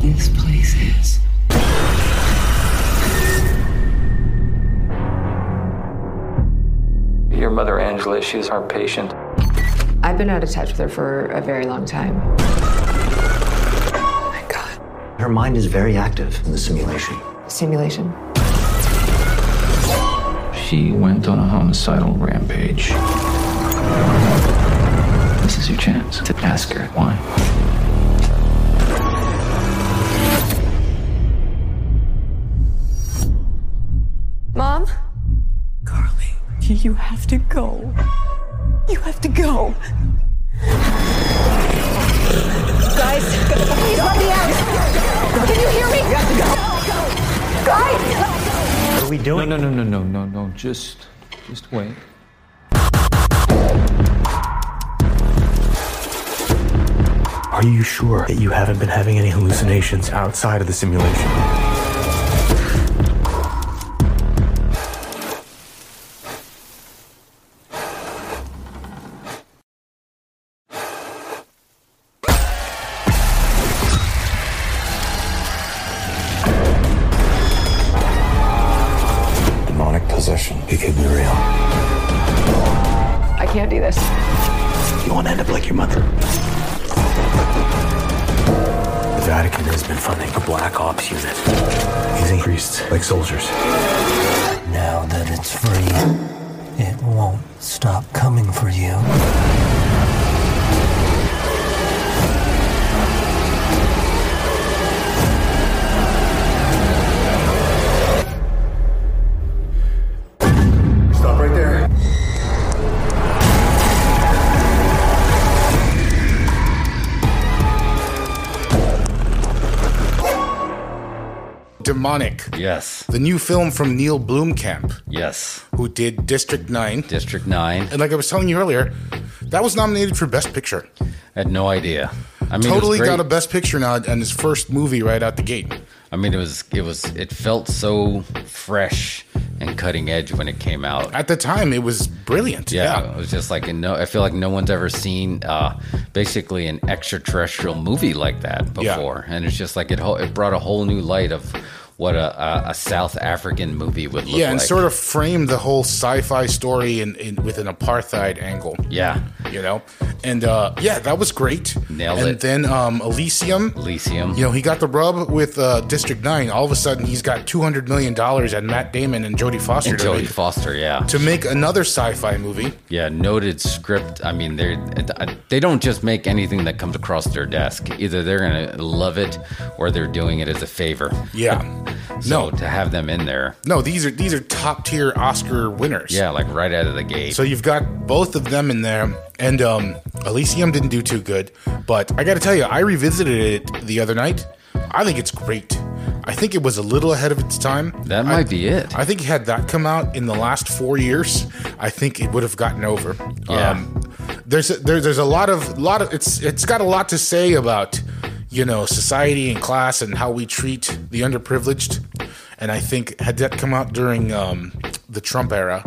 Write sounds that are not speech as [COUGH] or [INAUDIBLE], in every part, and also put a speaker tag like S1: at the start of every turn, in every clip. S1: this place is.
S2: Your mother, Angela, she's our patient.
S3: I've been out of touch with her for a very long time. Oh my God.
S4: Her mind is very active in the simulation.
S3: Stimulation.
S2: She went on a homicidal rampage. This is your chance to ask her why.
S3: Mom?
S5: Carly, you have to go. You have to go. Guys, he's already out. Can you hear me? You have to go. Guys!
S4: What are we
S2: No,
S4: doing?
S2: no, no, no, no, no, no. Just, just wait.
S6: Are you sure that you haven't been having any hallucinations outside of the simulation? Demonic possession became the real.
S3: I can't do this.
S6: You want to end up like your mother. The Vatican has been funding a black ops unit, using priests like soldiers.
S7: Now that it's free, it won't stop coming for you.
S6: Stop right there.
S8: Demonic,
S9: Yes.
S8: the new film from Neil Blomkamp,
S9: Yes.
S8: who did District 9.
S9: District 9.
S8: And like I was telling you earlier, that was nominated for Best Picture.
S9: Had no idea. I mean,
S8: totally
S9: it was
S8: got a
S9: great.
S8: Best Picture nod and his first movie right out the gate.
S9: I mean, it was it was it felt so fresh and cutting edge when it came out.
S8: At the time, it was brilliant.
S9: yeah, it was just like no. I feel like no one's ever seen uh, basically an extraterrestrial movie like that
S8: Yeah.
S9: before, and it's just like it ho- it brought a whole new light of what a, a, a South African movie would look
S8: Yeah, and
S9: like.
S8: sort of framed the whole sci-fi story in, in with an apartheid angle.
S9: yeah,
S8: you know, and uh, yeah, that was great.
S9: Nailed
S8: and
S9: it.
S8: then um, Elysium,
S9: Elysium.
S8: you know, he got the rub with uh, District Nine. All of a sudden, he's got two hundred million dollars and Matt Damon and Jodie Foster
S9: and
S8: to,
S9: Jodie
S8: make,
S9: Foster. Yeah,
S8: to make another sci-fi movie.
S9: Yeah, noted script. I mean, they they don't just make anything that comes across their desk. Either they're gonna love it, or they're doing it as a favor.
S8: Yeah,
S9: So
S8: no,
S9: to have them in there,
S8: no, these are these are top tier Oscar winners.
S9: yeah, like right out of the gate.
S8: So you've got both of them in there, and um, Elysium didn't do too good. But I got to tell you, I revisited it the other night. I think it's great. I think it was a little ahead of its time.
S9: that
S8: I-
S9: might be it.
S8: I think had that come out in the last four years, I think it would have gotten over. Um,
S9: Yeah.
S8: there's a, there, there's a lot of lot of it's it's got a lot to say about you know society and class and how we treat the underprivileged, and I think had that come out during um, the Trump era,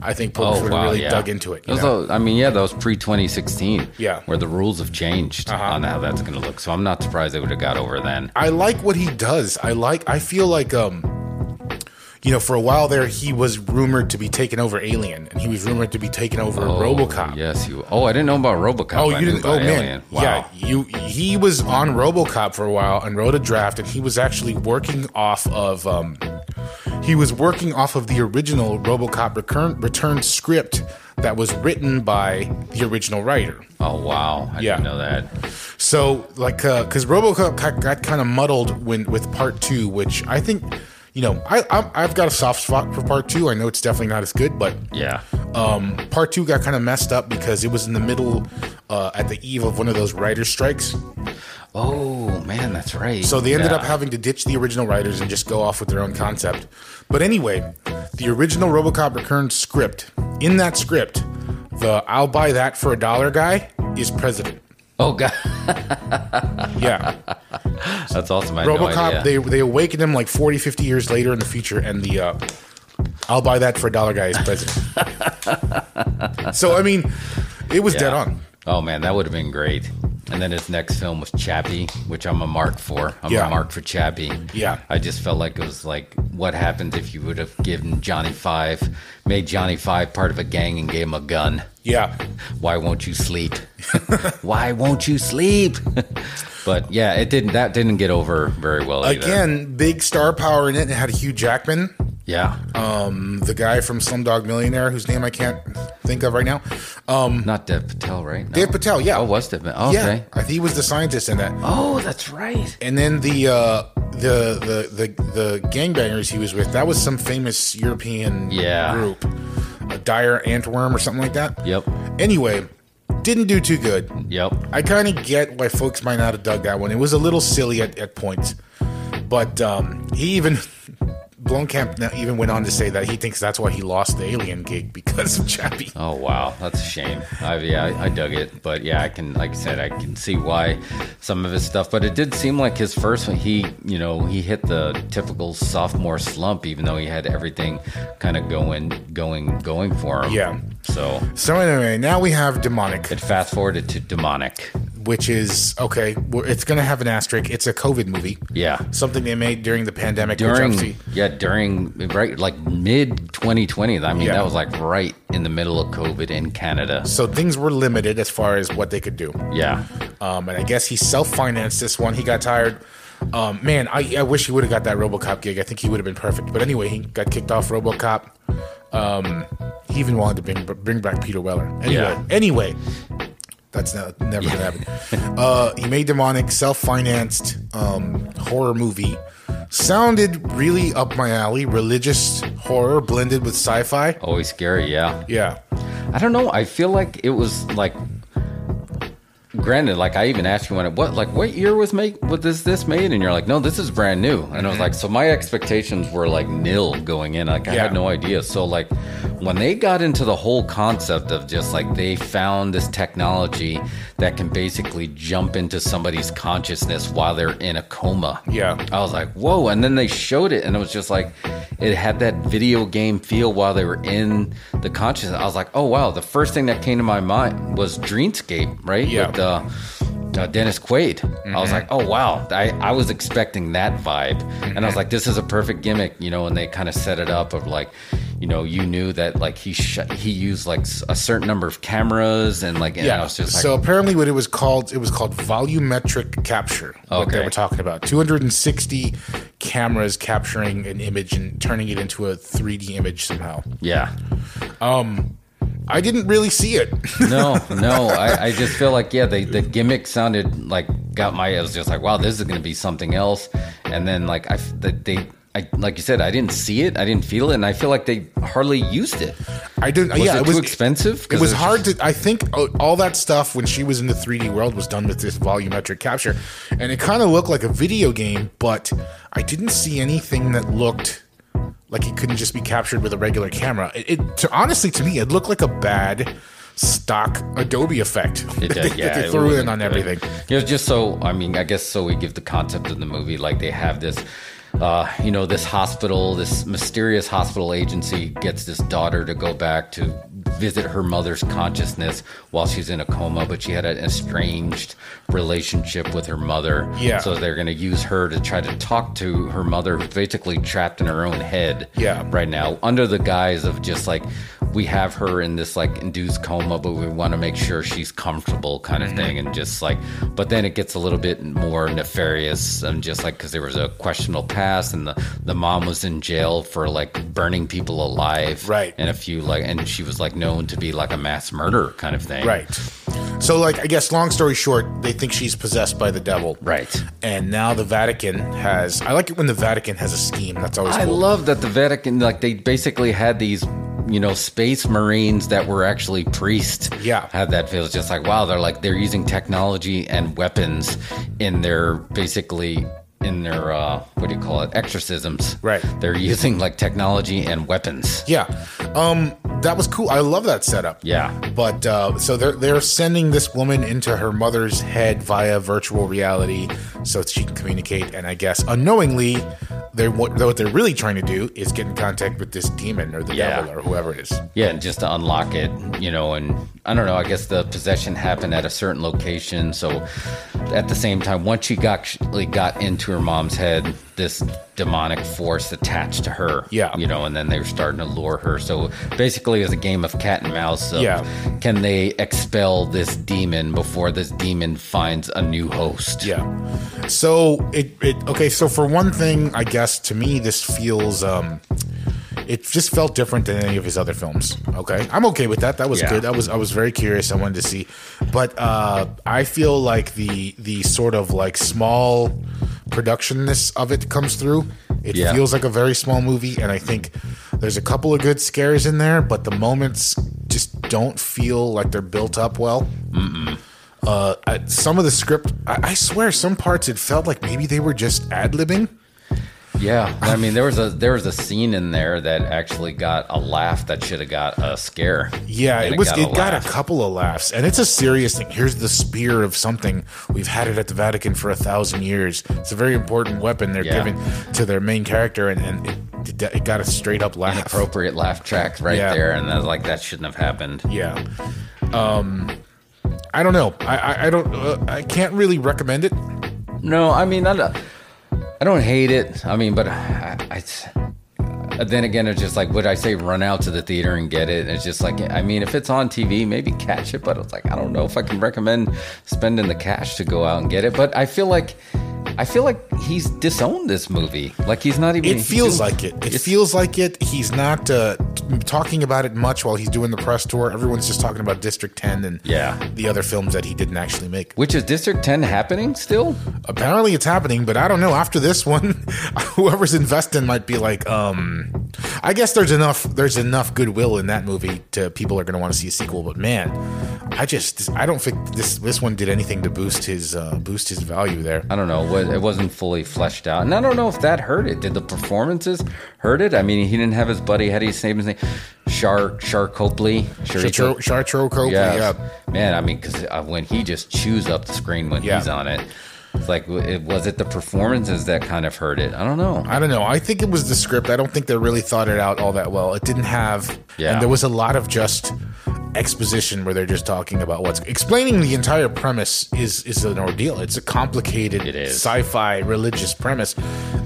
S8: I think
S9: Oh,
S8: folks would have really dug into it. you
S9: Those
S8: know?
S9: are- I mean, yeah, that was pre 2016.
S8: Yeah. Uh-huh.
S9: where the rules have changed on how that's going to look. So I'm not surprised they would have got over then.
S8: I like what he does. I like. I feel like um, you know, for a while there, he was rumored to be taking over Alien, and he was rumored to be taking over RoboCop.
S9: Oh, Yes, you. Oh, I didn't know about RoboCop.
S8: Oh,
S9: I
S8: you
S9: knew
S8: didn't.
S9: about
S8: Oh man,
S9: Alien. Wow.
S8: yeah. You he was on RoboCop for a while and wrote a draft, and he was actually working off of um, he was working off of the original RoboCop recurrent return script that was written by the original writer.
S9: Oh wow. I
S8: Yeah.
S9: didn't know that.
S8: So like, because RoboCop got, got kind of muddled when with part two, which I think. You know, I, I I've got a soft spot for part two. I know it's definitely not as good, but
S9: Yeah.
S8: um, part two got kind of messed up because it was in the middle, uh, at the eve of one of those writer strikes.
S9: Oh man, that's right.
S8: So they ended
S9: Yeah.
S8: up having to ditch the original writers and just go off with their own concept. But anyway, the original RoboCop recurrent script. In that script, the "I'll buy that for a dollar" guy is president.
S9: Oh god, [LAUGHS]
S8: Yeah,
S9: that's awesome. I had no
S8: RoboCop.
S9: idea.
S8: they they awaken him like 40, 50 years later in the future, and the uh, "I'll buy that for a dollar" guy is
S9: [LAUGHS]
S8: president. so I mean, it was
S9: Yeah.
S8: dead on.
S9: Oh man, that would have been great. And then his next film was Chappie, which I'm a mark for. I'm
S8: Yeah.
S9: a mark for Chappie.
S8: Yeah.
S9: I just felt like it was like, what happens if you would have given Johnny Five, made Johnny Five part of a gang and gave him a gun?
S8: Yeah.
S9: Why won't you sleep? [LAUGHS] Why won't you sleep? [LAUGHS] but yeah, it didn't. That didn't get over very well either.
S8: Again, big star power in it. It had Hugh Jackman,
S9: Yeah.
S8: Um, the guy from Slumdog Millionaire, whose name I can't think of right now. Um,
S9: Not Dev Patel, right? No.
S8: Dave Patel, yeah.
S9: Oh, was Dev? Oh, okay.
S8: Yeah, he was the scientist in that.
S9: Oh, that's right.
S8: And then the uh, the the the the gangbangers he was with that was some famous European
S9: Yeah.
S8: group, a dire antworm or something like that.
S9: Yep.
S8: Anyway, didn't do too good.
S9: Yep.
S8: I kind of get why folks might not have dug that one. It was a little silly at, at points, but um, he even [LAUGHS] Blomkamp now even went on to say that he thinks that's why he lost the Alien gig [LAUGHS] because of Chappie.
S9: Oh wow, that's a shame. I, yeah, I, I dug it, but yeah, I can, like I said, I can see why some of his stuff. But it did seem like his first one. He, you know, he hit the typical sophomore slump, even though he had everything kind of going, going, going for him.
S8: Yeah.
S9: So
S8: So anyway, now we have demonic.
S9: it fast forwarded to demonic.
S8: which is okay. We're, it's going to have an asterisk. It's a COVID movie.
S9: Yeah.
S8: something they made during the pandemic. which
S9: During
S8: obviously-
S9: yeah, during right like mid 2020. I mean,
S8: Yeah.
S9: that was like right in the middle of COVID in Canada.
S8: so things were limited as far as what they could do.
S9: Yeah.
S8: Um, and I guess he self-financed this one. He got tired. Um, man, I, I wish he would have got that RoboCop gig. I think he would have been perfect. But anyway, he got kicked off RoboCop. Um, he even wanted to bring bring back Peter Weller. Anyway,
S9: Yeah.
S8: anyway, that's not, never gonna happen. uh, he made demonic, self-financed um, horror movie. Sounded really up my alley. Religious horror blended with sci-fi.
S9: Always scary. Yeah.
S8: Yeah,
S9: I don't know. I feel like it was like. Granted, like I even asked you when it what like what year was make what is this made? And you're like, no, this is brand new. And I
S8: Mm-hmm.
S9: was like, so my expectations were like nil going in. Like I
S8: Yeah.
S9: had no idea. So like when they got into the whole concept of just like they found this technology that can basically jump into somebody's consciousness while they're in a coma.
S8: Yeah.
S9: I was like, whoa. And then they showed it, and it was just like, it had that video game feel while they were in the consciousness. I was like, oh, wow. The first thing that came to my mind was Dreamscape, right?
S8: Yeah. Mm-hmm.
S9: With uh, uh, Dennis Quaid. I was like, oh, wow. I, I was expecting that vibe. And I
S8: Mm-hmm.
S9: was like, this is a perfect gimmick, you know, and they kind of set it up of like, you know, you knew that like he sh- he used like s- a certain number of cameras and like, and I was just like,
S8: so apparently, what it was called, it was called volumetric capture. What they
S9: Okay.
S8: were talking about 260 cameras capturing an image and turning it into a 3D image somehow.
S9: yeah.
S8: I didn't really see it.
S9: No, no. I, I just feel like yeah, they, the gimmick sounded like got my. I was just like, wow, this is going to be something else. And then like I, f- that they, I like you said, I didn't see it, I didn't feel it, and I feel like they hardly used it.
S8: I didn't.
S9: Was
S8: yeah,
S9: it,
S8: it was
S9: too expensive?
S8: It was hard to. I think uh, all that stuff when she was in the 3D world was done with this volumetric capture, and it kind of looked like a video game. But I didn't see anything that looked like it couldn't just be captured with a regular camera. It, it to, honestly, to me, it looked like a bad stock Adobe effect [LAUGHS] that
S9: It did,
S8: they,
S9: yeah,
S8: that they
S9: it
S8: threw in
S9: wasn't
S8: on
S9: good.
S8: everything.
S9: It was just so. I mean, I guess so. We give the concept of the movie like they have this. Uh, you know, this hospital, this mysterious hospital agency gets this daughter to go back to visit her mother's consciousness while she's in a coma, but she had an estranged relationship with her mother.
S8: Yeah.
S9: So they're going to use her to try to talk to her mother, who's basically trapped in her own head
S8: Yeah.
S9: right now under the guise of just like we have her in this like induced coma but we want to make sure she's comfortable kind
S8: Mm-hmm.
S9: of thing and just like but then it gets a little bit more nefarious and just like because there was a questionable past and the the mom was in jail for like burning people alive
S8: Right.
S9: and a few like and she was like known to be like a mass murderer kind of thing
S8: Right. So, like, I guess, long story short, they think she's possessed by the devil.
S9: Right.
S8: And now the Vatican has. I like it when the Vatican has a scheme. That's always
S9: I
S8: cool.
S9: love that the Vatican, like they basically had these, you know, space marines that were actually priests.
S8: Yeah.
S9: had that feels just like wow, they're like they're using technology and weapons in their basically in their uh, what do you call it exorcisms.
S8: Right.
S9: they're [LAUGHS] using like technology and weapons.
S8: Yeah. Um, that was cool. I love that setup.
S9: Yeah.
S8: But uh, so they're they're sending this woman into her mother's head via virtual reality, so that she can communicate. And I guess unknowingly, they what, what they're really trying to do is get in contact with this demon or the
S9: Yeah.
S8: devil or whoever it is.
S9: Yeah, and just to unlock it, you know, and I don't know. I guess the possession happened at a certain location. So at the same time, once she got actually got into her mom's head, this demonic force attached to her.
S8: Yeah.
S9: you know, and then they were starting to lure her. So basically, it was a game of cat and mouse. Of
S8: Yeah.
S9: can they expel this demon before this demon finds a new host?
S8: Yeah. So it, it okay. So for one thing, I guess to me this feels um, it just felt different than any of his other films. Okay, I'm okay with that. That was
S9: Yeah.
S8: good. I was I was very curious. I wanted to see, but uh, I feel like the the sort of like small productionness of it comes through. It
S9: Yeah.
S8: feels like a very small movie, and I think there's a couple of good scares in there, but the moments just don't feel like they're built up well uh, I- some of the script, I, I swear, some parts it felt like maybe they were just ad libbing.
S9: Yeah, I mean there was a there was a scene in there that actually got a laugh that should have got a scare.
S8: Yeah,
S9: And
S8: it was. it got
S9: laugh.
S8: a couple of laughs, and it's a serious thing. Here's the spear of something we've had it at the Vatican for a thousand years. It's a very important weapon they're
S9: Yeah.
S8: giving to their main character, and, and it, it got a straight up laugh.
S9: appropriate laugh track right
S8: Yeah.
S9: there, and I was like, that shouldn't have happened.
S8: Yeah. Um, I don't know. I I, I don't. Uh, I can't really recommend it.
S9: No, I mean I don't, I don't hate it. I mean, but I, I it's- then again, it's just like would I say run out to the theater and get it? And it's just like I mean, if it's on TV, maybe catch it. But it's like I don't know if I can recommend spending the cash to go out and get it. But I feel like. I feel like he's disowned this movie. Like he's not even.
S8: It feels
S9: he's-
S8: like it. It
S9: Mm-hmm. it's-
S8: feels like it. He's not uh, t- talking about it much while he's doing the press tour. Everyone's just talking about District 10 and
S9: Yeah.
S8: the other films that he didn't actually make.
S9: Which is District 10 happening still?
S8: Apparently, it's happening, but I don't know. After this one, [LAUGHS] whoever's investing might be like, um, I guess there's enough. There's enough goodwill in that movie to people are going to want to see a sequel. But man, I just I don't think this this one did anything to boost his uh, boost his value there.
S9: I don't know. Wa- It wasn't fully fleshed out. And I don't know if that hurt it. Did the performances hurt it? I mean, he didn't have his buddy, how do you say his name? Shar, Shar Copley?
S8: Chartro
S9: Sharito?
S8: Chartro Copley, yeah.
S9: Yes. Man, I mean, because when he just chews up the screen when
S8: Yeah.
S9: he's on it, it's like, w- it, was it the performances that kind of hurt it? I don't know.
S8: I don't know. I think it was the script. I don't think they really thought it out all that well. It didn't have.
S9: Yeah.
S8: And there was a lot of just exposition where they're just talking about what's explaining the entire premise is is an ordeal. It's a complicated
S9: It is.
S8: sci-fi religious premise,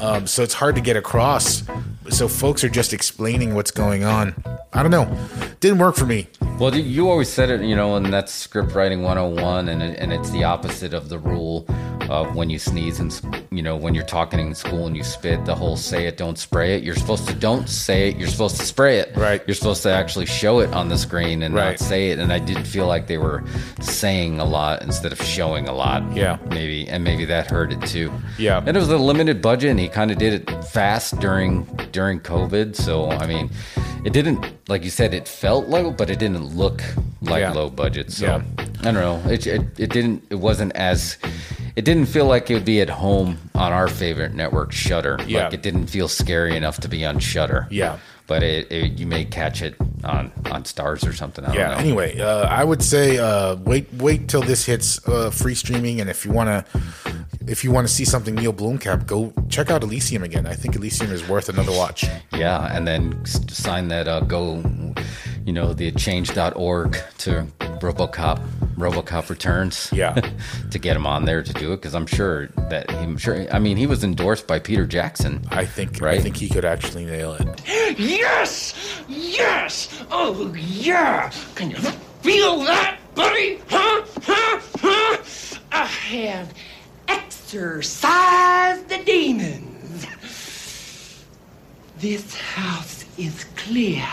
S8: um, so it's hard to get across. So folks are just explaining what's going on. I don't know. Didn't work for me.
S9: Well, you- you always said it, you know, and that's script writing 101, and, it, and it's the opposite of the rule of when you sneeze and, sp- you know, when you're talking in school and you spit, the whole say it, don't spray it. You're supposed to don't say it, you're supposed to spray it.
S8: Right.
S9: You're supposed to actually show it on the screen and
S8: Right.
S9: not say it. And I did feel like they were saying a lot instead of showing a lot.
S8: Yeah.
S9: Maybe, and maybe that hurt it too.
S8: Yeah.
S9: And it was a limited budget, and he kind of did it fast during during COVID. So I mean, it didn't like you said it felt low, but it didn't look like
S8: Yeah.
S9: low budget. So
S8: Yeah.
S9: I don't know. It, it it didn't. It wasn't as. It didn't feel like it would be at home on our favorite network, Shutter.
S8: Yeah.
S9: Like it didn't feel scary enough to be on Shutter.
S8: Yeah.
S9: But it, it you may catch it on on Stars or something. I
S8: Yeah.
S9: don't know.
S8: Anyway, uh, I would say uh, wait wait till this hits uh, free streaming, and if you wanna if you wanna see something Neil Blomkamp, go check out Elysium again. I think Elysium is worth another watch.
S9: Yeah, and then s- sign that uh, go, you know, the change.org to RoboCop, RoboCop Returns.
S8: Yeah.
S9: [LAUGHS] to get him on there to do it because I'm sure that I'm sure. I mean, he was endorsed by Peter Jackson.
S8: I think I
S9: Right.
S8: think he could actually nail it.
S1: Yes! Yes! Oh, yeah! Can you feel that, buddy? Huh? Huh? Huh? I have exorcised the demons. This house is clear.